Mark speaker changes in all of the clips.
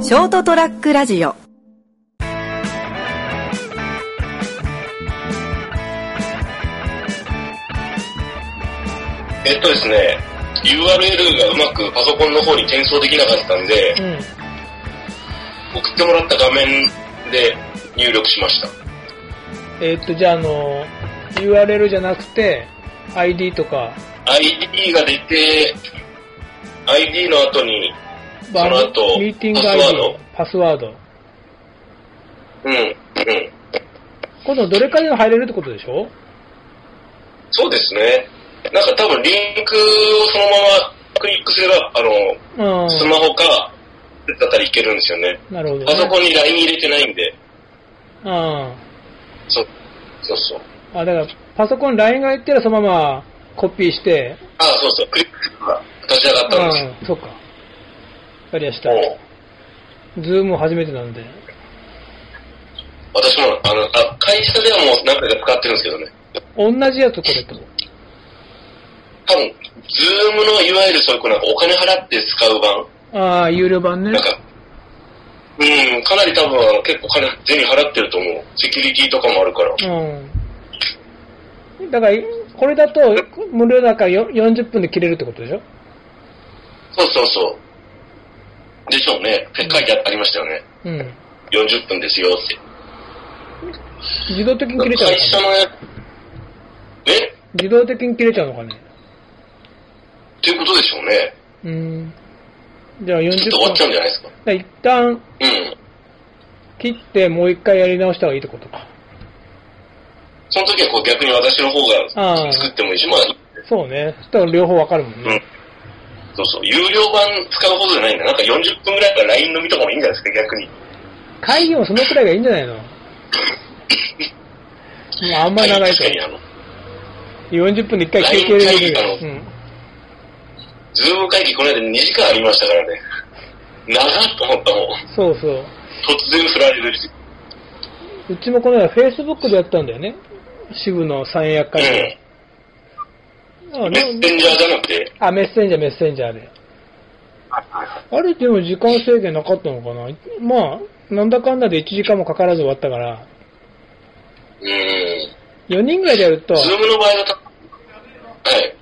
Speaker 1: ショートトラックラジオ
Speaker 2: えっとですね、URL がうまくパソコンの方に転送できなかったんで、
Speaker 3: うん。
Speaker 2: 送ってもらった画面で入力しました。
Speaker 3: えーっと、じゃあ、あの、URL じゃなくて、ID とか、
Speaker 2: ID が出て、ID の後に、
Speaker 3: まあ
Speaker 2: その後
Speaker 3: ミーティング
Speaker 2: パスワード
Speaker 3: ID、パスワード。
Speaker 2: うん、うん。
Speaker 3: 今度どれかで入れるってことでしょ
Speaker 2: そうですね。なんか多分リンクをそのままクリックすれば、あの、
Speaker 3: うん。
Speaker 2: スマホか、だったらいけるんですよね。
Speaker 3: なるほど、ね。
Speaker 2: パソコンに LINE 入れてないんで、
Speaker 3: うん。あ、
Speaker 2: そう、そうそう。
Speaker 3: だから、パソコン LINE が入ったらそのままコピーして、
Speaker 2: ああ、そうそう、クリックが立ち上がったんで
Speaker 3: うん、そっか。わかりまし
Speaker 2: す。
Speaker 3: た
Speaker 2: も。う
Speaker 3: ズーム初めてなんで。
Speaker 2: 私も、あの、あ、会社ではもう何回か使ってるんですけどね。
Speaker 3: 同じやつこれと。
Speaker 2: 多分、ズームのいわゆるそういうこうなんかお金払って使う版、
Speaker 3: ああ、有料版ね
Speaker 2: なん。か、うん、かなり多分あの結構金、銭払ってると思う。セキュリティとかもあるから。
Speaker 3: うん。だから、これだと無料だからよ40分で切れるってことでしょ
Speaker 2: そうそうそう。でしょうね。書いてありましたよね。
Speaker 3: うん。
Speaker 2: 40分ですよって。
Speaker 3: 自動的に切れちゃうの
Speaker 2: 会
Speaker 3: か
Speaker 2: 社
Speaker 3: ね
Speaker 2: のや、え
Speaker 3: 自動的に切れちゃうのかね
Speaker 2: っていうことでしょうね。
Speaker 3: うん。じゃあ40
Speaker 2: ちょっと終わっちゃう
Speaker 3: 分。
Speaker 2: んじゃないですか。
Speaker 3: だから一旦
Speaker 2: うん。
Speaker 3: 切ってもう一回やり直した方がいいってことか。
Speaker 2: その時はこう逆に私の方
Speaker 3: あ
Speaker 2: が
Speaker 3: あ
Speaker 2: 作ってもいいし、まあ、
Speaker 3: そうね。そしたら両方わかるもん
Speaker 2: う
Speaker 3: ね
Speaker 2: ん。。そうそう。有料版使うほどじゃないんだ。なんか40分ぐらいから LINE 飲みとかもいいんじゃないですか、逆に。
Speaker 3: 会議もそのくらいがいいんじゃないのもうあんまり長いと
Speaker 2: 確か。にあの、
Speaker 3: 40分で一回休憩できる。うん。
Speaker 2: ズーム会議この間2時間ありましたからね。長っと思ったもん。
Speaker 3: そうそう。
Speaker 2: 突然振られるし。
Speaker 3: うちもこの間 Facebook でやったんだよね。支部の三役会議。あ
Speaker 2: うん。メッセンジャーじゃなくて、
Speaker 3: あ、メッセンジャー、メッセンジャーで。あれでも時間制限なかったのかなまあ、なんだかんだで1時間もかからず終わったから、
Speaker 2: うん。
Speaker 3: 4人ぐらいでやると、
Speaker 2: ズームの場合だと、はい。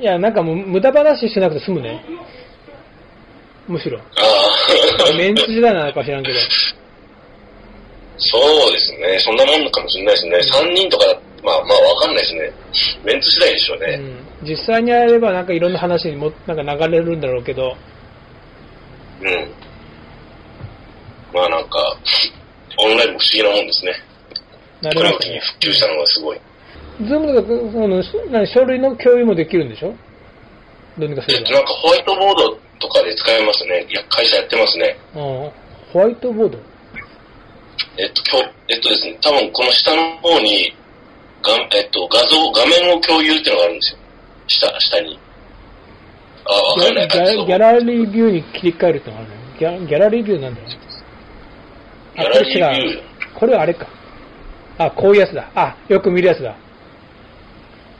Speaker 3: いや、なんかもう無駄話しなくて済むね。むしろ。
Speaker 2: ああ。
Speaker 3: メンツ時代なのか知らんけど。
Speaker 2: そうですね。そんなもんかもしれないですね。3人とかだ、まあまあわかんないですね。メンツ次第でしょう
Speaker 3: う
Speaker 2: ね。
Speaker 3: ん、実際にやればなんかいろんな話にもなんか流れるんだろうけど、
Speaker 2: うん。まあなんか、オンラインも不思議なもんですね。
Speaker 3: な
Speaker 2: こ
Speaker 3: れ
Speaker 2: れ
Speaker 3: ま
Speaker 2: を
Speaker 3: す
Speaker 2: 機に
Speaker 3: ね。
Speaker 2: 復旧したのがすごい。
Speaker 3: ズームとか、その、何書類の共有もできるんでしょどうにかす
Speaker 2: え
Speaker 3: れ
Speaker 2: っ
Speaker 3: ば
Speaker 2: と、。なんかホワイトボードとかで使えますね。いや、会社やってますね。
Speaker 3: うんホワイトボード
Speaker 2: えっと、きょえっとですね、多分この下の方に、がえっと、画像、画面を共有っていうのがあるんですよ。下、下に。あ、わ
Speaker 3: ギ
Speaker 2: かんな
Speaker 3: ャ
Speaker 2: い感じの。
Speaker 3: ギャラリービューに切り替えるってのがあるねギャギャラリービューなんだよ。あ、こ
Speaker 2: ギャラ
Speaker 3: れ
Speaker 2: リー
Speaker 3: 違
Speaker 2: ビュ
Speaker 3: う。これはあれか。あ、こういうやつだ。あ、よく見るやつだ。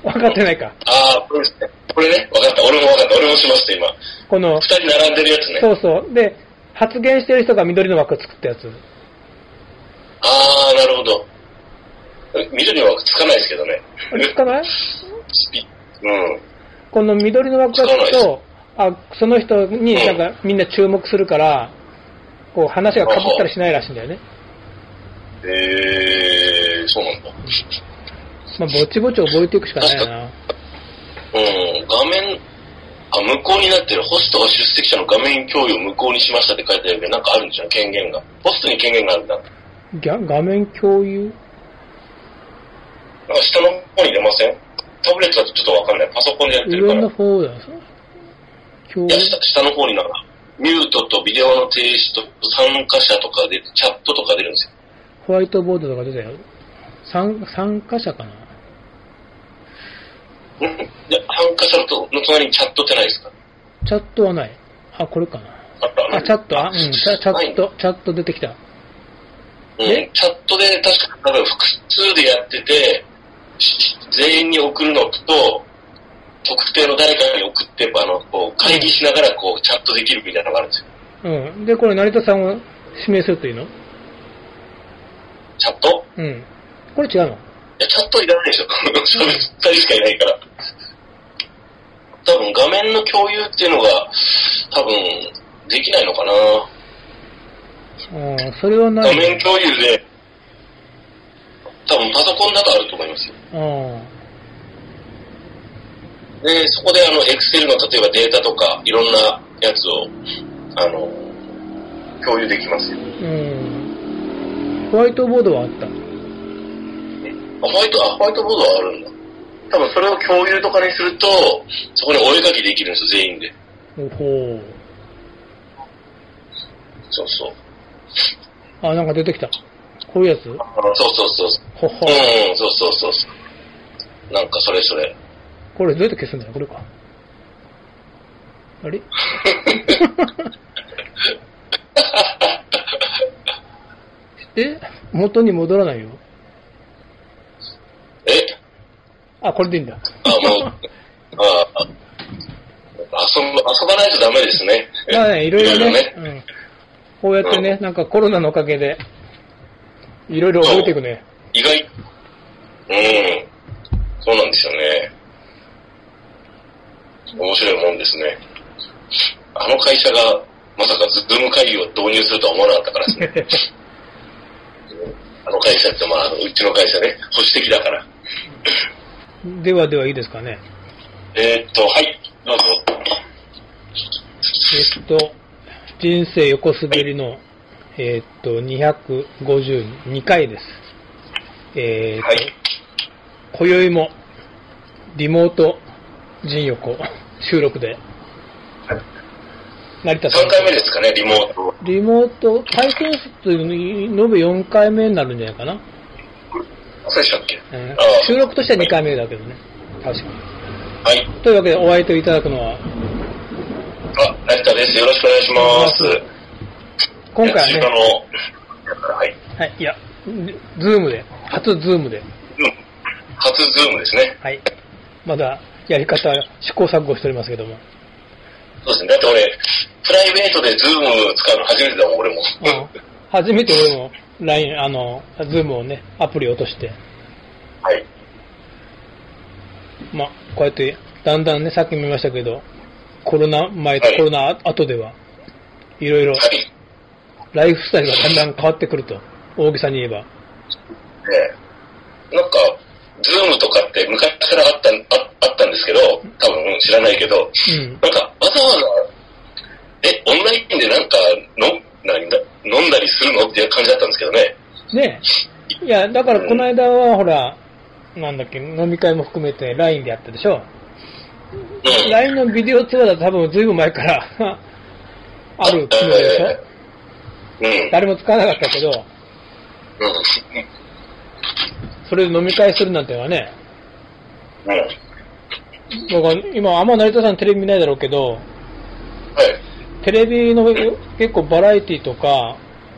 Speaker 3: 分かってないか。
Speaker 2: あー、これですね。これね、わかった。俺もわかった。俺もしました、今。
Speaker 3: こ
Speaker 2: 二、
Speaker 3: の
Speaker 2: 人並んでるやつね。
Speaker 3: そうそう。で、発言してる人が緑の枠作ったやつ。
Speaker 2: あー、なるほど。緑の枠つかないですけどね。
Speaker 3: あれつかな
Speaker 2: う
Speaker 3: い
Speaker 2: ん。
Speaker 3: この緑の枠がつく
Speaker 2: つかな
Speaker 3: と、あ、その人になんかみんな注目するから、こう話がかぶったりしないらしいんだよね。
Speaker 2: えー、そうなんだ。
Speaker 3: まあ、ぼちぼち覚えていくしかないよ
Speaker 2: う
Speaker 3: な。
Speaker 2: ん、画面、あ、無効になってる。ホストが出席者の画面共有を無効にしましたって書いてあるけど、なんかあるんじゃん、権限が。ホストに権限があるんだ。なんか
Speaker 3: ギャ画面共有
Speaker 2: 下の方に出ませんタブレットだとちょっとわかんない。パソコンでやってるか
Speaker 3: 上
Speaker 2: ら。
Speaker 3: の
Speaker 2: い
Speaker 3: 方だ。共有
Speaker 2: や、下下の方になんか、ミュートとビデオの停止と参加者とかで、チャットとか出るんですよ。
Speaker 3: ホワイトボードとか出たよ。参参加者かな
Speaker 2: うんいや、参加者のとの隣にチャットってないですか
Speaker 3: チャットはない。あ、これかな。
Speaker 2: あった
Speaker 3: あ、チャット、あ、うん、チャチャッ。
Speaker 2: ない
Speaker 3: ト、チャット出てきた。
Speaker 2: うん、
Speaker 3: え
Speaker 2: チャットで確か、多分複数でやってて、し全員に送るのと、特定の誰かに送って、あの、こう、会議しながら、こう、チャットできるみたいなのがあるんですよ。
Speaker 3: うん。で、これ、成田さんを指名するというの
Speaker 2: チャット
Speaker 3: うん。これ違うの
Speaker 2: いや、チャットいらないでしょ。 喋った人しかいないから。多分画面の共有っていうのが、多分できないのかな。
Speaker 3: うん、それはな
Speaker 2: 画
Speaker 3: い。
Speaker 2: 面共有で、多分パソコンだとあると思いますよ。
Speaker 3: うん。
Speaker 2: で、そこであの、エクセルの例えばデータとか、いろんなやつを、あの、共有できますよ。
Speaker 3: うん。ホワイトボードはあった。
Speaker 2: あホワイト、あ、ホワイトボードはあるんだ。多分それを共有とかにすると、そこにお絵描きできるんですよ、全員で。
Speaker 3: おほう。
Speaker 2: そうそう。
Speaker 3: あ、なんか出てきた。こういうやつ
Speaker 2: そうそうそう。
Speaker 3: ほほ
Speaker 2: う。ん、そうそうそうそう。なんかそれそれ。
Speaker 3: これどうやって消すんだろうこれか。あれえ元に戻らないよ。
Speaker 2: え
Speaker 3: あ、これでいいんだ。
Speaker 2: あ、も う、ああ、遊ば遊ばないとダメですね。
Speaker 3: まあね、いろいろね。
Speaker 2: いろ
Speaker 3: うん。こうやってね、なんかコロナのおかげで、いろいろ覚えていくね。
Speaker 2: 意外、うん、そうなんですよね。面白いもんですね。あの会社がまさかズーム会議を導入するとは思わなかったからですね。 あの会社ってまあ、うちの会社ね、保守的だから。
Speaker 3: ではではいいですかね。
Speaker 2: えーっと、はい、どうぞ。
Speaker 3: えっと、人生横滑りの、えっと、252回です。えー、
Speaker 2: はい。
Speaker 3: 今宵も、リモート人横収録で、成田さ
Speaker 2: 3回目
Speaker 3: ん。
Speaker 2: ですかね、リモート。
Speaker 3: リモート、体験室延べ4回目になるんじゃないかな。
Speaker 2: そうでしたっけ
Speaker 3: えー
Speaker 2: ああ
Speaker 3: 収録としては2回目だけどね。確かに。
Speaker 2: はい。
Speaker 3: というわけで、お相手をいただくのは、
Speaker 2: あ、成田です。よろしくお願いします。
Speaker 3: 今回はね
Speaker 2: 八代、の、はい。
Speaker 3: はい、いや、ズームで、初ズームで、
Speaker 2: うん。初ズームですね。
Speaker 3: はい。まだ、やり方、試行錯誤しておりますけども。
Speaker 2: そうですね。だって俺、プライベートでズーム使うの初めてだもん、俺も。
Speaker 3: うん初めて俺も、LINE、あの、ズームをね、アプリを落として、
Speaker 2: はい。
Speaker 3: まあ、こうやって、だんだんね、さっきも言いましたけど、コロナ前と
Speaker 2: はい
Speaker 3: コロナ後では、いろいろ、
Speaker 2: はい。ね
Speaker 3: ライフスタイルがだんだん変わってくると。大げさに言えば。
Speaker 2: えなんか、ズームとかって昔からあった、ああったんですけど、多分知らないけど、
Speaker 3: うん。
Speaker 2: なんか、わざわざ、え、オンラインでなんか、の、何だ、飲んだりするのっていう感じだったんですけどね。
Speaker 3: ねいや、だからこの間は、ほら、なんだっけ、飲み会も含めて LINE でやったでしょ。
Speaker 2: うん。
Speaker 3: LINE のビデオツアーだと多分ずいぶん前から ある機能でしょ
Speaker 2: うん。
Speaker 3: 誰も使わなかったけど、
Speaker 2: うん。
Speaker 3: それで飲み会するなんてのはね、
Speaker 2: うん。はい。
Speaker 3: 僕は今あんま成田さんテレビ見ないだろうけど、テレビの結構バラエティとか、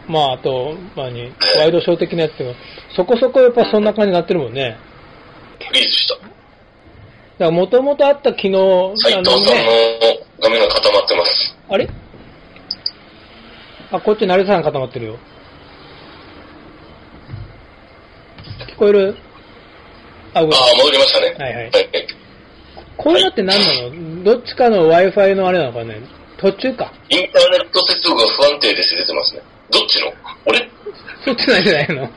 Speaker 3: まああと、まあに、ワイドショー的なやつとか、そこそこやっぱそんな感じになってるもんね。
Speaker 2: フリーズした。
Speaker 3: だからもともとあった機能、
Speaker 2: 斉
Speaker 3: あ
Speaker 2: 藤さん
Speaker 3: ね、
Speaker 2: の画面が固まってます。
Speaker 3: あれあ、こっち成田さん固まってるよ。聞こえるあ、動い
Speaker 2: あ
Speaker 3: た
Speaker 2: あ、戻りましたね。
Speaker 3: はいはい
Speaker 2: はい。
Speaker 3: こういうのって何なのどっちかの Wi-Fi のあれなのかね途中か。
Speaker 2: インターネット接続が不安定です出てますね。どっちの俺
Speaker 3: そっちなんじゃないの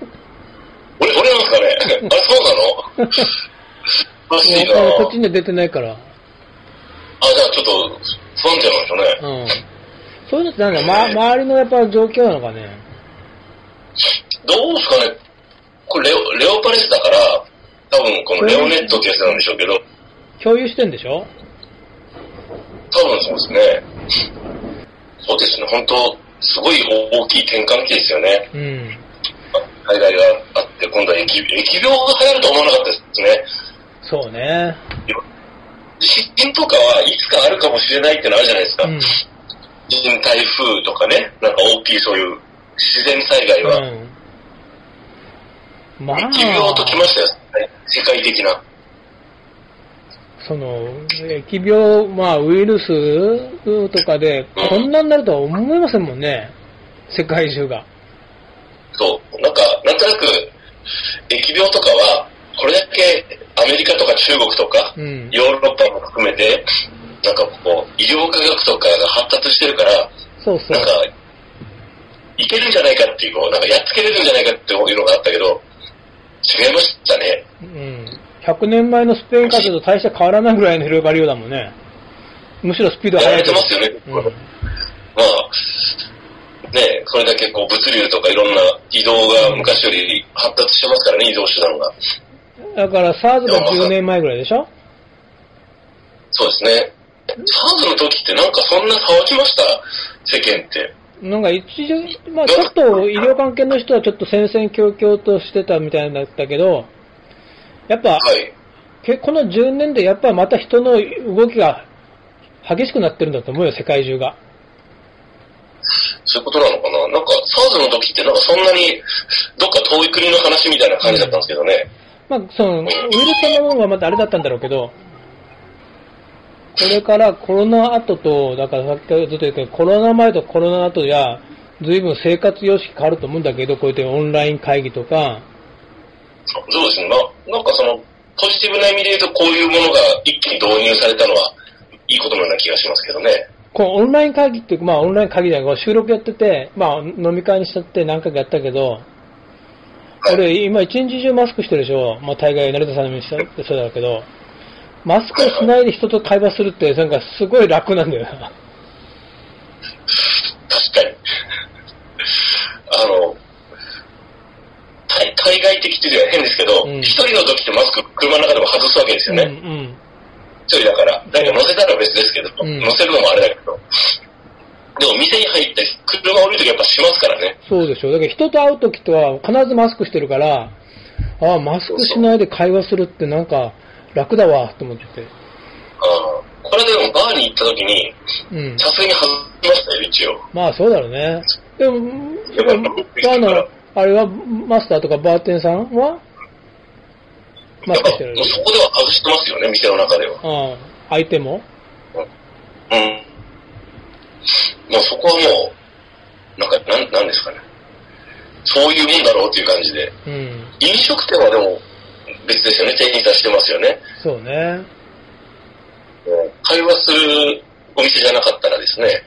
Speaker 2: 俺、俺なんです かねあれ、そうなのらしいな
Speaker 3: もうこっちには出てないから。
Speaker 2: あ、じゃあちょっと不安定なんでしょう
Speaker 3: う
Speaker 2: ね。
Speaker 3: ん。そういうのってなんだ、ま、周りのやっぱ状況なのかね
Speaker 2: どうですかねこれレオ、レオパレスだから、多分このレオネットってやつなんでしょうけど、
Speaker 3: 共有してんでしょ
Speaker 2: 多分そうですね。そうですね、本当すごい大きい転換期ですよね。
Speaker 3: うん。
Speaker 2: 海外があって、今度は疫疫病が流行ると思わなかったですね。
Speaker 3: そうね。
Speaker 2: 地震とかはいつかあるかもしれないってのあるじゃないですか。
Speaker 3: うん。
Speaker 2: 地震台風とかね、なんか大きいそういう自然災害は、
Speaker 3: うん。まあ、
Speaker 2: 疫病ときましたよ、世界的な。
Speaker 3: その、疫病、まあ、ウイルスとかで、こんなになるとは思いませんもんね。世界中が。
Speaker 2: そう。なんか、なんとなく、疫病とかは、これだけアメリカとか中国とか、
Speaker 3: うん。
Speaker 2: ヨーロッパも含めて、なんかこう、医療科学とかが発達してるから、
Speaker 3: そうそう
Speaker 2: なん。か、いけるんじゃないかっていう、こうなんかやっつけれるんじゃないかっていうのがあったけど、違いましたね。
Speaker 3: うん。100年前のスペイン風邪と大して変わらないぐらいの広がりようだもんね。むしろスピード
Speaker 2: やられ
Speaker 3: 速いけ
Speaker 2: て
Speaker 3: ど
Speaker 2: ますよね。
Speaker 3: うん
Speaker 2: まあ、ね、それだけこう物流とかいろんな移動が昔より発達してますからね、移動手段が。
Speaker 3: だから SARS が10年前ぐらいでしょ
Speaker 2: そうですね。SARS の時ってなんかそんな騒ぎました世間って。
Speaker 3: なんか一時、まあちょっと医療関係の人はちょっと戦々恐々としてたみたいだったけど、やっぱ、
Speaker 2: はい。
Speaker 3: けこの10年でやっぱりまた人の動きが激しくなってるんだと思うよ、世界中が。
Speaker 2: そういうことなのかななんか SARS の時ってなんかそんなにどっか遠い国の話みたいな感じだったんですけどね。
Speaker 3: まあ、その、ウイルスそのものがまたあれだったんだろうけど、これからコロナ後と、だからさっきからずっと言ったけど、コロナ前とコロナ後では、ずいぶん生活様式変わると思うんだけど、こうやってオンライン会議とか、
Speaker 2: そうですね。ななんかその、ポジティブな意味で言うとこういうものが一気に導入されたのはいいことのような気がしますけどね。
Speaker 3: このオンライン会議っていうか、まあオンライン会議じゃないけど、収録やってて、まあ飲み会にしちゃって何回かやったけど、
Speaker 2: はい
Speaker 3: 俺今一日中マスクしてるでしょ。まあ大概成田さんの店でそうだけど、マスクしないで人と会話するって、なんかすごい楽なんだよな。
Speaker 2: 確かに。あの、対対外的というよりは変ですけど、
Speaker 3: うん
Speaker 2: 一、人の時ってマスク車の中でも外すわけですよ
Speaker 3: うん
Speaker 2: ね。
Speaker 3: うん。
Speaker 2: 一、人だから。だけど乗せたら別ですけど、
Speaker 3: うん
Speaker 2: 乗せるのもあれだけど。でも店に入って車降りる時やっぱしますからね。
Speaker 3: そうでしょ。だけど人と会うときとは必ずマスクしてるから、ああ、マスクしないで会話するってなんか楽だわ、と思って。
Speaker 2: あーこれでもバーに行った時に、
Speaker 3: うん。
Speaker 2: さすがに外しましたよ、一応。
Speaker 3: まあそうだろうね。でも、や
Speaker 2: や
Speaker 3: っ
Speaker 2: っ
Speaker 3: ぱ
Speaker 2: ぱ
Speaker 3: り
Speaker 2: り
Speaker 3: バーの、あれは、マスターとかバーテンさんはマ
Speaker 2: や
Speaker 3: ス
Speaker 2: っぱも
Speaker 3: クしてる
Speaker 2: う。そこでは外してますよね、店の中では。
Speaker 3: うん。相手も
Speaker 2: うん。もうそこはもう、なんか、なん、なんですかね。そういうもんだろうっていう感じで。
Speaker 3: うん。
Speaker 2: 飲食店はでも別ですよね。店員さんしてますよね。
Speaker 3: そうね。
Speaker 2: 会話するお店じゃなかったらですね。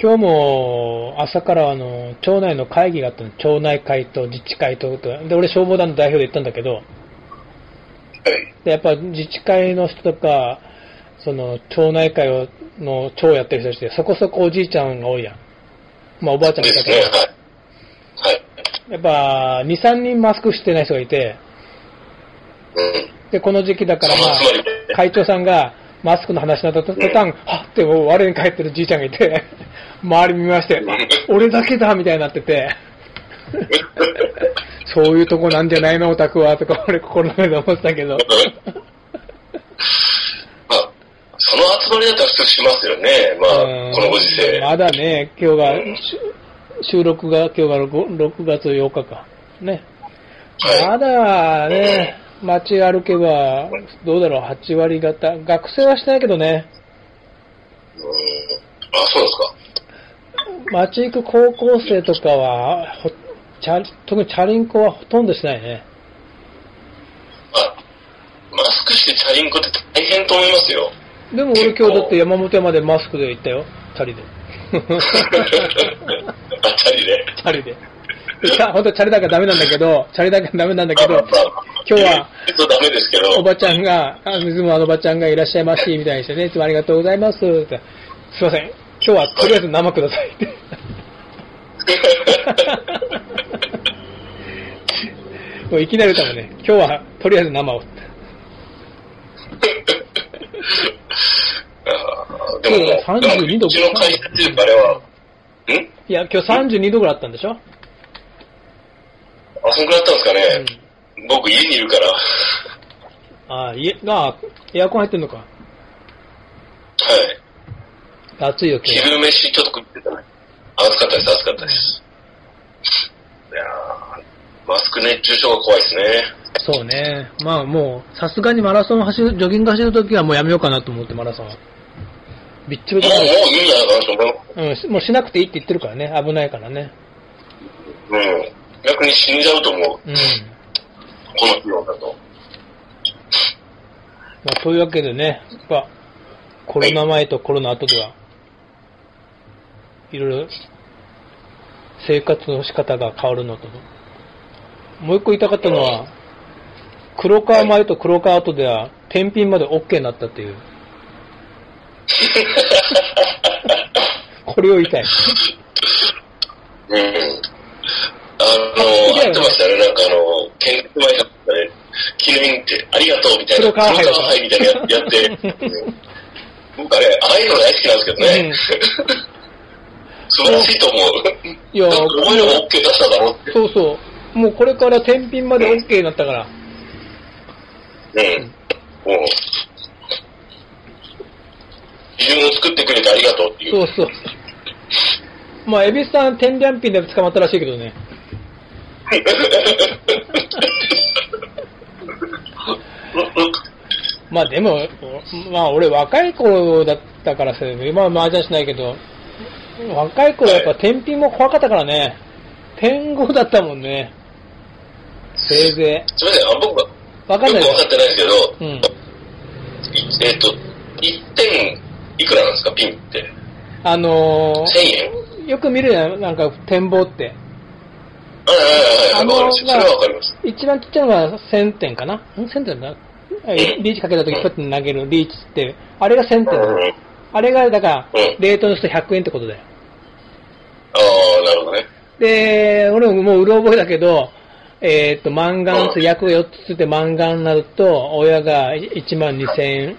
Speaker 3: 今日も朝からあの、町内の会議があったの。町内会と自治会と、で、俺消防団の代表で行ったんだけど、
Speaker 2: はい。
Speaker 3: でやっぱ自治会の人とか、その町内会をの町をやってる人たちで、そこそこおじいちゃんが多いやん。まあおばあちゃん
Speaker 2: で
Speaker 3: もいた
Speaker 2: す
Speaker 3: け
Speaker 2: ね。
Speaker 3: ど
Speaker 2: はい。。はい。
Speaker 3: やっぱ2、3人マスクしてない人がいて、
Speaker 2: うん。
Speaker 3: で、この時期だか
Speaker 2: そ
Speaker 3: ら、ま
Speaker 2: のつま
Speaker 3: あ、
Speaker 2: りで、
Speaker 3: 会長さんがマスクの話になった途端、はっってもう我に返ってるじいちゃんがいて、 周り見まして、あ俺だけだみたいになってて、そういうとこなんじゃないのオタクはとか俺心の中で思ってたけど、
Speaker 2: まあ、その集まりだったら普通しますよね。ま
Speaker 3: う
Speaker 2: あ
Speaker 3: ん、
Speaker 2: このご時世。
Speaker 3: まだね、今日が
Speaker 2: うん、
Speaker 3: し収録が今日が 6, 6月8日か。ね。
Speaker 2: はい
Speaker 3: まだね、街歩けば、どうだろう、8割方。学生はしてないけどね、
Speaker 2: うん。あ、そうですか。
Speaker 3: 街行く高校生とかは、ほチャリ特にチャリンコはほとんどしてないね。
Speaker 2: あ、マスクしてチャリンコって大変と思いますよ。
Speaker 3: でも俺今日だって山本屋までマスクで行ったよ、チャリで。
Speaker 2: あチャリで。
Speaker 3: チャリで。チャ本当はチャリだからダメなんだけど、チャリだからダメなんだけど、今日は、
Speaker 2: そうダメですけど、
Speaker 3: おばちゃんが、あ水もあのおばちゃんがいらっしゃいまし、みたいにしてね、いつもありがとうございます、って。すいません、今日はとりあえず生くださいって。 もういきなり歌もね、今日はとりあえず生をって。
Speaker 2: あーでももう、
Speaker 3: そうだ32度
Speaker 2: うちの会社っていうかあれは、ん
Speaker 3: いや、今日32度ぐらいあったんでしょ、うん、
Speaker 2: あ、そんくらいだったんですかね。僕家にいるから、は
Speaker 3: ああ、家、ああ、エアコン入ってんのか。
Speaker 2: い。
Speaker 3: 暑いよ、今日。
Speaker 2: 昼飯ちょっと食ってたね。暑かったです、暑かったです。いやーマスク熱中症が怖いですね。
Speaker 3: そうね。まあもう、さすがにマラソン走る、ジョギング走るときはもうやめようかなと思って、マラソンは。びっちびち
Speaker 2: もう、もういいんじゃないかな、
Speaker 3: うんし、もうしなくていいって言ってるからね。危ないからね。
Speaker 2: その、うん。逆に死んじゃうと思う。
Speaker 3: うん。
Speaker 2: この気温だと。
Speaker 3: まあ、というわけでね、やっぱ、コロナ前とコロナ後では、いろいろ、生活の仕方が変わるのと。もう一個言いたかったのは、黒川前と黒川後では、天品まで OK になったっていう。これを言いたい。
Speaker 2: うん。あの、合ってましたね、なんかあの、建設前だったね、記念って、ありがとうみたいな、
Speaker 3: 黒川杯
Speaker 2: 黒杯みたいなやや って、うん僕あれ、ああいうの大好きなんですけどね。素晴らしいと思う。
Speaker 3: いや
Speaker 2: だってお前らも OK 出しただろうって。
Speaker 3: そうそう。もうこれから天品まで OK になったから。
Speaker 2: うん。もう、基準を作ってくれてありがとうってい。
Speaker 3: そううそう。まあ、エビスさん、天然品で捕まったらしいけどね。まあでも、まあ俺若い頃だったからさ、今は麻雀しないけど、若い頃やっぱ天品も怖かったからね。天狗だったもんね。せいぜ
Speaker 2: すみません、あ僕は、
Speaker 3: い。わかん
Speaker 2: よ
Speaker 3: ない
Speaker 2: く分かってないですけど、
Speaker 3: うん。
Speaker 2: いえっ、と、1点いくらなんですか、ピンって。
Speaker 3: あの
Speaker 2: 1000円
Speaker 3: ー、よく見るやん、なんか展望って。
Speaker 2: はいはいはい、
Speaker 3: あの
Speaker 2: わかります。それはわかります。
Speaker 3: 一番ちっちゃいのが1000点かな。ん1000点だな。えリーチかけた時パッて投げるリーチって、あれが1000点
Speaker 2: うん
Speaker 3: だ
Speaker 2: うん。
Speaker 3: あれがだから
Speaker 2: うん、
Speaker 3: 冷凍の人100円ってことだよ。
Speaker 2: ああ、なるほどね。
Speaker 3: で、俺ももううろ覚えだけど、えっ、と、マンガンス、役が4つついてマンガンになると、親が1万2000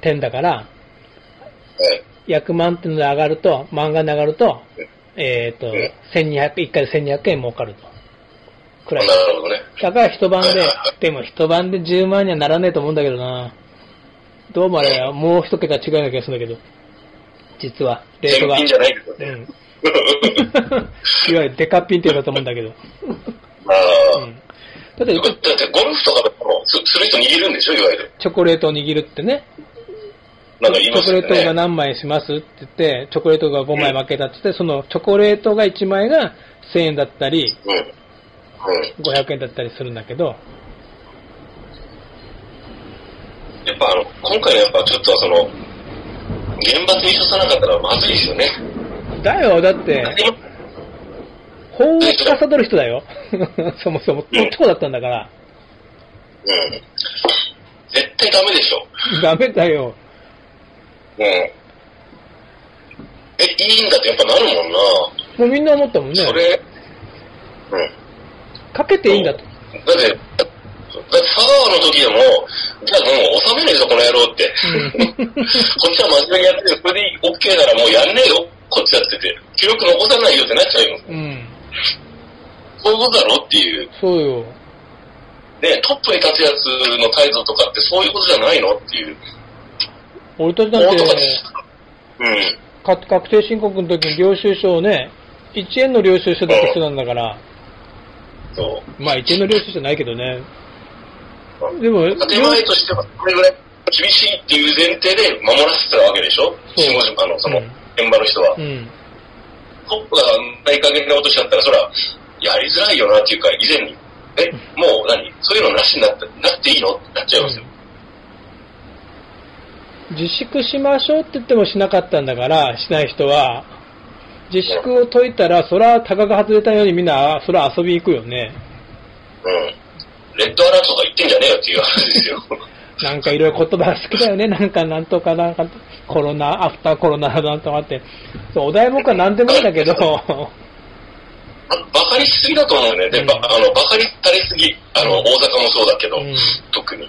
Speaker 3: 点だから、
Speaker 2: はい。
Speaker 3: 役満点で上がると、マンガンで上がると、えっ、と、1200、1回で1200円儲かると。く
Speaker 2: な
Speaker 3: らい。
Speaker 2: るほどね。
Speaker 3: だから一晩で、でも一晩で10万にはならねえと思うんだけどな。どうもあれ、もう一桁違うような気がするんだけど。実は、レート
Speaker 2: 全
Speaker 3: が。
Speaker 2: 品じゃないですよ
Speaker 3: う
Speaker 2: ね。
Speaker 3: ん。いわゆるデカピンって言うんだと思うんだけど。
Speaker 2: ああ、
Speaker 3: うん。だ
Speaker 2: だ、
Speaker 3: って
Speaker 2: ってゴルフとかでもすする人握るんでしょ、いわゆる。
Speaker 3: チョコレートを握るってね。
Speaker 2: なんか言います
Speaker 3: チョ
Speaker 2: よ
Speaker 3: コレートが
Speaker 2: ね。
Speaker 3: 何枚しますって言って、チョコレートが5枚負けたって言って、そのチョコレートが1枚が1000円だったり、
Speaker 2: うん。うん。
Speaker 3: 500円だったりするんだけど、
Speaker 2: やっぱあの、今回のやっぱちょっとその、厳罰に刺さなかったらまずいですよね。
Speaker 3: だよ、だって、法を司る人だよ。 そもそも。
Speaker 2: うん
Speaker 3: そうだったんだから。
Speaker 2: うん。絶対ダメでしょ。
Speaker 3: ダメだよ。
Speaker 2: うん。え、いいんだってやっぱなるもんな。
Speaker 3: もうみんな思ったもんね。
Speaker 2: それ、うん。
Speaker 3: かけていいんだと。
Speaker 2: だって、だって佐川の時でも、じゃあもう収めねえぞ、この野郎って。
Speaker 3: うん
Speaker 2: こっちは真面目にやってる、それで OK ならもうやんねえよ、こっちやってて。記録残さないよってなっちゃうよ。
Speaker 3: うん。
Speaker 2: そういうことだろっていう。
Speaker 3: そうよ。
Speaker 2: ね、トップに立つやつの態度とかってそういうことじゃないのっていう。
Speaker 3: 俺たち
Speaker 2: 法
Speaker 3: だっ
Speaker 2: とか
Speaker 3: て
Speaker 2: で、うん。
Speaker 3: か確定申告の時に領収書をね、1円の領収書だけしてたんだから、
Speaker 2: そう。
Speaker 3: まあ1円の領収書じゃないけどね。でも、領
Speaker 2: 建前としては、これぐらい厳しいっていう前提で守らせてたわけでしょ
Speaker 3: そう
Speaker 2: 下島の、その
Speaker 3: うん、
Speaker 2: 現場の人は
Speaker 3: う。ん。
Speaker 2: トップがない加減なことしちゃったら、そら、やりづらいよなっていうか、以前に、え、もう何そういうのなしになって、なっていいのってなっちゃいますよ。
Speaker 3: 自粛しましょうって言ってもしなかったんだから、しない人は。自粛を解いたら、そら、たかが外れたようにみんな、そら遊び行くよね。
Speaker 2: うん。レッドアラートとか言ってんじゃねえよっていう話ですよ。
Speaker 3: なんかいろいろ言葉が好きだよね。なんかなんとかなんか、コロナ、アフターコロナなんとかって。そう、お題目は何でもいいんだけど、
Speaker 2: ばバカにしすぎだと思うね。で、
Speaker 3: うん
Speaker 2: ば、あの、バカにされすぎ。あの、大阪もそうだけど、
Speaker 3: うん
Speaker 2: 特に。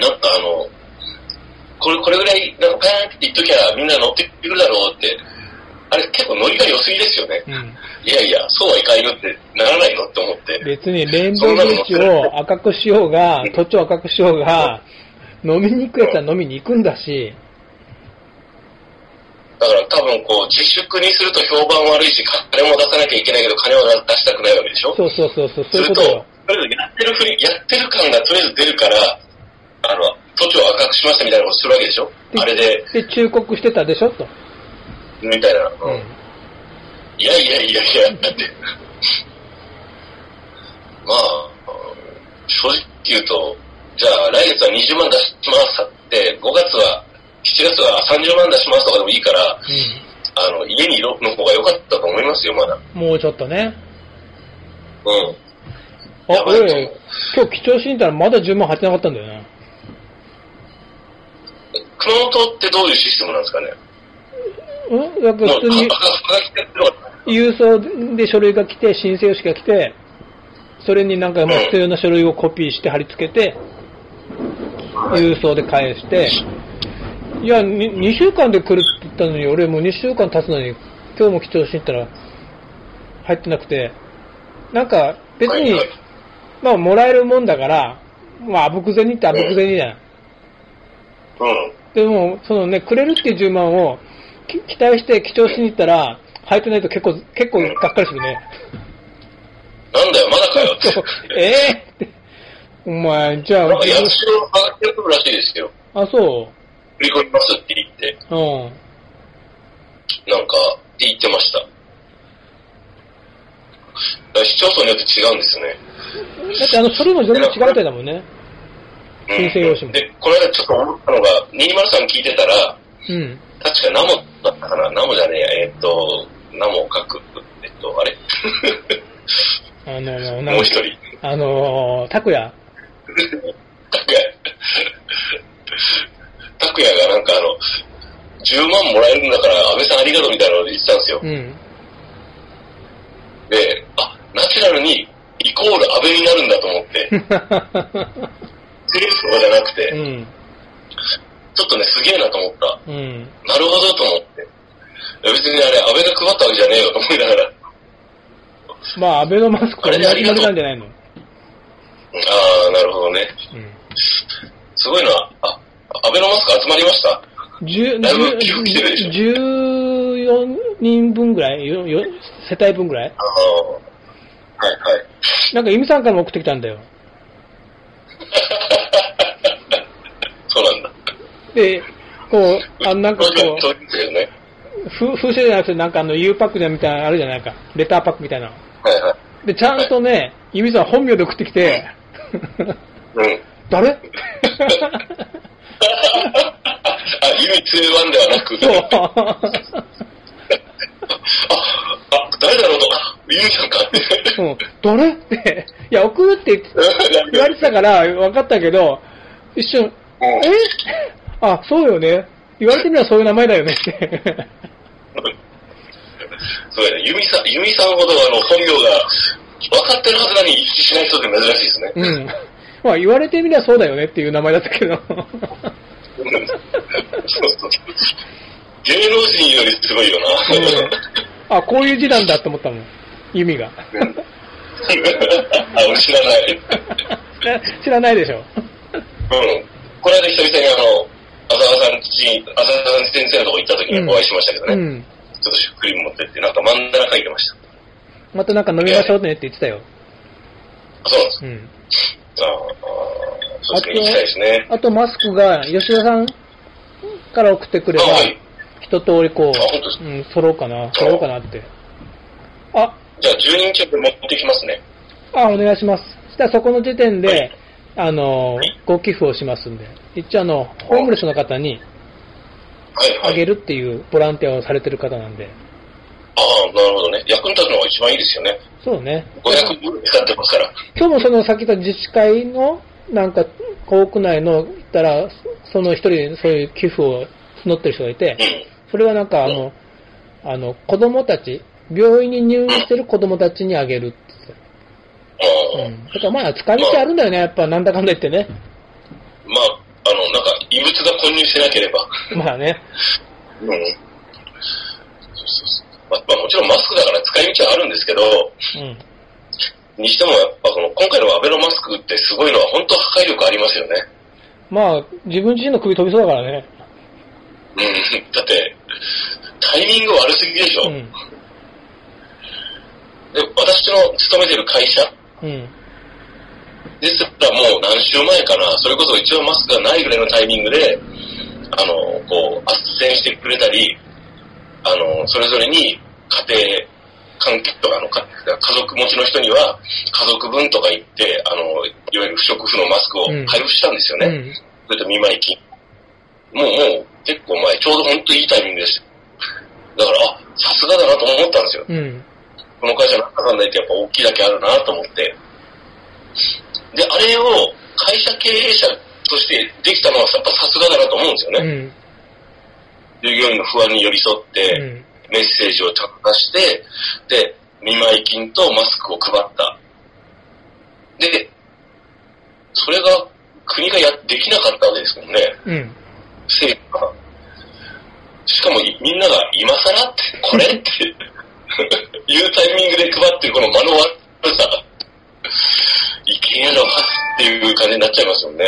Speaker 2: なんかあの、これ、これぐらい、なんかパーンって言っときゃみんな乗ってくるだろうって、あれ結構ノリが良すぎですよね。
Speaker 3: うん。
Speaker 2: いやいや、そうはいかんよってならないのって思って。
Speaker 3: 別にレインボービーチを赤くしようが、都庁赤くしようが、飲みに行くやつは飲みに行くんだし、
Speaker 2: だから多分こう、自粛にすると評判悪いし、金も出さなきゃいけないけど、金は出したくないわけでしょ
Speaker 3: そうそうそうそう、
Speaker 2: す
Speaker 3: そういう
Speaker 2: る
Speaker 3: こと
Speaker 2: と
Speaker 3: よ。、
Speaker 2: とりあえずやってるふり、やってる感がとりあえず出るから、あの、都庁赤くしましたみたいなことするわけでしょ
Speaker 3: で
Speaker 2: あれで、
Speaker 3: で、忠告してたでしょと。
Speaker 2: みたいな。
Speaker 3: う
Speaker 2: うんん。いやいやいやいや、だって。まあ、正直言うと、じゃあ来月は20万出しますって、5月は、7月は30万出しますとかでもいいから、あの、家にいろの方が良かったと思いますよ、まだ。
Speaker 3: うん。もうちょっとね。
Speaker 2: うん。
Speaker 3: あ、
Speaker 2: やばい
Speaker 3: 俺、今日貴重しにいたらまだ10万入ってなかったんだよね。
Speaker 2: 熊本ってどういうシステムなんですかね
Speaker 3: うんやっぱ
Speaker 2: もう、
Speaker 3: 普通に
Speaker 2: はがきやってるのかな
Speaker 3: 郵送で書類が来て、申請用紙が来て、それになんかもう必要な書類をコピーして貼り付けて、郵送で返して、いや、に2週間で来るって言ったのに、俺もう2週間経つのに、今日も貴重しに行ったら、入ってなくて、なんか別に
Speaker 2: はいはい、
Speaker 3: まあもらえるもんだから、まああぶく銭ってあぶく銭じゃん。
Speaker 2: うん。
Speaker 3: でも、そのね、くれるっていう10万をき期待して記帳しに行ったら、入ってないと結構、結構がっかりするね。
Speaker 2: なんだよ、まだかよって。
Speaker 3: ええって。お前、じゃあ
Speaker 2: なん、か、役所のはがきやってるらしいですよ。
Speaker 3: あ、そ
Speaker 2: 振り込みますって言って、
Speaker 3: う。うん。
Speaker 2: なんか、って言ってました。だから市町村によって違うんですよね。
Speaker 3: だってあの書類も全然違うみたいだもんね。
Speaker 2: うん
Speaker 3: 申請用紙も
Speaker 2: で、この間ちょっと思ったのが、203聞いてたら、
Speaker 3: うん。
Speaker 2: 確かナモだったかなナモじゃねえや、えーっと、ナモを書く、えっと、あ れ
Speaker 3: あの、
Speaker 2: もう一人。
Speaker 3: あの、拓也。
Speaker 2: 拓也。拓也がなんかあの、10万もらえるんだから、安倍さんありがとうみたいなので言ってたんですよ
Speaker 3: う。ん。
Speaker 2: で、あ、ナチュラルに、イコール安倍になるんだと思って、政府とかじゃなくて、
Speaker 3: うん。
Speaker 2: ちょっとね、すげえなと思った。
Speaker 3: うん。
Speaker 2: なるほどと思って。いや別にあれ、安倍が配ったわけじゃねえよと思いながら、
Speaker 3: まあ、アベノマスクは同じノリなんじゃないの
Speaker 2: あー、なるほどね。すごいのは、あ、安倍のマスク集まりました
Speaker 3: うん。十
Speaker 2: だいぶ記憶してるでしょ
Speaker 3: 十14人分ぐらいよよ世帯分ぐらい
Speaker 2: あのー、はいはい。
Speaker 3: なんか、イムさんからも送ってきたんだよ。
Speaker 2: そうなんだ。
Speaker 3: で、こう、あなんかこう、
Speaker 2: そうですよね。
Speaker 3: ふ風船じゃなくて、なんかあの、U パックじゃみたいなのあるじゃないか。レターパックみたいなの。
Speaker 2: はいはい。
Speaker 3: で、ちゃんとね、ユミさん本名で送ってきて、
Speaker 2: うん。
Speaker 3: 誰
Speaker 2: あ、指2-1ではなく、
Speaker 3: そう。
Speaker 2: あ、あ、誰だろうと、あ指さんかって。
Speaker 3: うん、誰 って、いや、送るって言われてたから分かったけど、一瞬、
Speaker 2: うん
Speaker 3: え あ、そうよね。言われてみればそういう名前だよね って。
Speaker 2: そうやね、ユミさん、ユミさんほどあの本名が分かってるはずなのに一致しない人って珍しいですね。
Speaker 3: うん。まあ、言われてみればそうだよねっていう名前だったけど。
Speaker 2: うんそうそう芸能人よりすごいよな。
Speaker 3: あ、こういう字なんだって思ったもん。ユミが。
Speaker 2: あ、俺知らない。
Speaker 3: 知らないでしょ。
Speaker 2: うん。この間久々にあの、浅川さんち、浅川先生のとこ行った時にお会いしましたけどね、
Speaker 3: うん。
Speaker 2: ちょっとシュークリーム持ってって、なんか漫画書いてました。
Speaker 3: またなんか飲みましょうねって言ってたよ。
Speaker 2: あそうなんです
Speaker 3: うん。
Speaker 2: ああそうですね、行きたいですね。
Speaker 3: あとマスクが吉田さんから送ってくれば
Speaker 2: あ、はい
Speaker 3: 一通りこ
Speaker 2: あ本当です
Speaker 3: う、うん、揃うかな、揃うかなって。あ、
Speaker 2: じゃあ12日分持ってきますね。
Speaker 3: あ、お願いします。そしたらそこの時点
Speaker 2: はい、
Speaker 3: であの、ご寄付をしますんで。一応あの、ホームレスの方に
Speaker 2: はい、は
Speaker 3: あ
Speaker 2: い。
Speaker 3: げるっていうボランティアをされてる方なんで。
Speaker 2: ああ、なるほどね。役に立つのが一番いいですよね。
Speaker 3: そうね。
Speaker 2: 500分使ってますから。
Speaker 3: 今日もその先の自治会の、なんか、校区内の、行ったら、その一人、そういう寄付を募ってる人がいて、
Speaker 2: うん。
Speaker 3: それはなんかあの、あの、子供たち、病院に入院してる子供たちにあげるって
Speaker 2: ああ
Speaker 3: 言ってた。うん。だからまあ、使い道あるんだよね、やっぱ、なんだかんだ言ってね。
Speaker 2: まあ、あの、なんか、異物が混入してなければ。
Speaker 3: まあね。
Speaker 2: うん。そうそうそう。まあ、まあ、もちろんマスクだから使い道はあるんですけど、
Speaker 3: うん。
Speaker 2: にしてもやっぱこの、今回のアベノマスクってすごいのは本当破壊力ありますよね。
Speaker 3: まあ、自分自身の首飛びそうだからね。
Speaker 2: うん。だって、タイミング悪すぎでしょ。
Speaker 3: うん。
Speaker 2: で、私の勤めてる会社
Speaker 3: うん。
Speaker 2: ですらもう何週前かな、それこそ一応マスクがないぐらいのタイミングで、あの、こう、斡旋してくれたり、あの、それぞれに家庭、関係とかの家族持ちの人には家族分とか言って、あの、いわゆる不織布のマスクを配布したんですよね。うん、それと見舞い金。もうもう結構前、ちょうど本当いいタイミングです。だから、あ、さすがだなと思ったんですよ。うん、この会社の中んないってやっぱ大きいだけあるなと思って。で、あれを会社経営者としてできたのはやっぱさすがだなと思うんですよね。うん、従業員の不安に寄り添って、うん、メッセージをちゃんと出して、で、見舞い金とマスクを配った。で、それが国がやできなかったわけですもんね。うん、政府が。しかもみんなが今更って、これっていうタイミングで配ってるこの間の悪さ。いけんやろっていう感じになっちゃいますよね。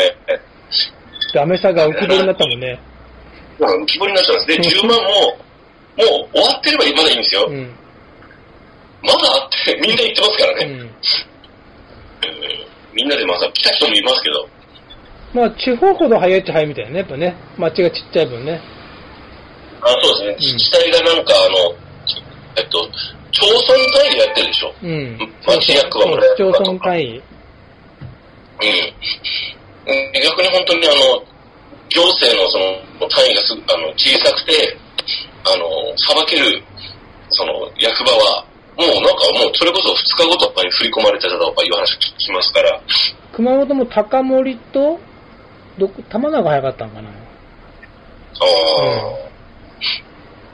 Speaker 3: ダメさが浮き彫りになったもんね。
Speaker 2: 浮き彫りになっちゃうんです。で、10万も、もう終わってればまだいいんですよ。うん、まだってみんな言ってますからね。うん、みんなでまさ、来た人もいますけど。
Speaker 3: まあ、地方ほど早いって早いみたいなね、やっぱね。街がちっちゃい分ね。
Speaker 2: あそうですね。自治体がなんか、あの、えっと、町村単位でやってるでしょ。うん。町役場村役
Speaker 3: 場と町村単位。
Speaker 2: うん。逆に本当にあの、行政のその単位がすあの小さくて、あの、裁ける、その役場は、もうなんかもうそれこそ2日ごとに振り込まれてたとかいう話聞きますから。
Speaker 3: 熊本も高森と、ど、玉名が早かったんかな。あ
Speaker 2: あ、うん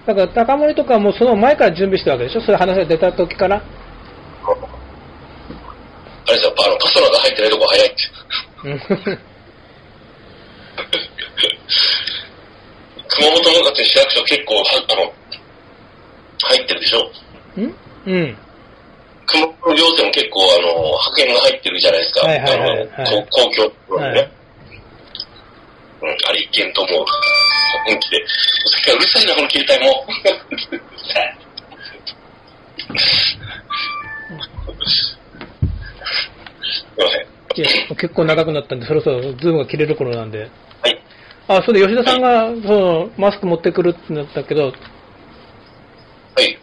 Speaker 3: だから高森とかもその前から準備してるわけでしょそういう話が出た時から。
Speaker 2: あれじゃあ、あの、パソナが入ってないとこ早いって。熊本の勝市役所結構は、あの、入ってるでしょ
Speaker 3: んうん。
Speaker 2: 熊本行政も結構、あの、派遣が入ってるじゃないですか。
Speaker 3: はいはいはい、はい、
Speaker 2: 公共のね。はいうん、あれ一見とも、本気で。さっきはうるさいな、この携帯も。
Speaker 3: 結構長くなったんで、そろそろズームが切れる頃なんで。
Speaker 2: はい。。
Speaker 3: あ、それで吉田さんが、はい、その、マスク持ってくるってなったけど。はい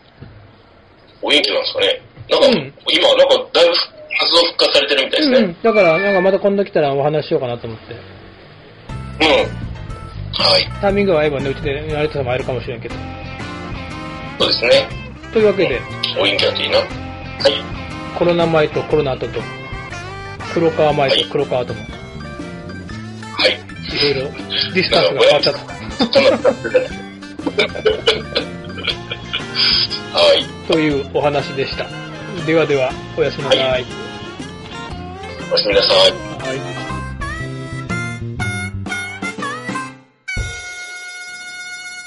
Speaker 2: お元気なんですかね。なんか、うん、今、なんか、だいぶ活動復活されてるみたいですね。うん、
Speaker 3: だから、なんかまた今度来たらお話しようかなと思って。
Speaker 2: うん。はい。
Speaker 3: タイミングが合えばね、うちでやれてたもあるかもしれんけど。
Speaker 2: そうですね。
Speaker 3: というわけで。
Speaker 2: うん、お元気だといいな。はい。
Speaker 3: コロナ前とコロナ後と、黒川前と黒川後も。
Speaker 2: はい。
Speaker 3: いろいろ、ディスタンスが変わったと。
Speaker 2: はい。
Speaker 3: というお話でした。ではでは、おやすみなさい。はい、
Speaker 2: おやすみなさ
Speaker 3: い。は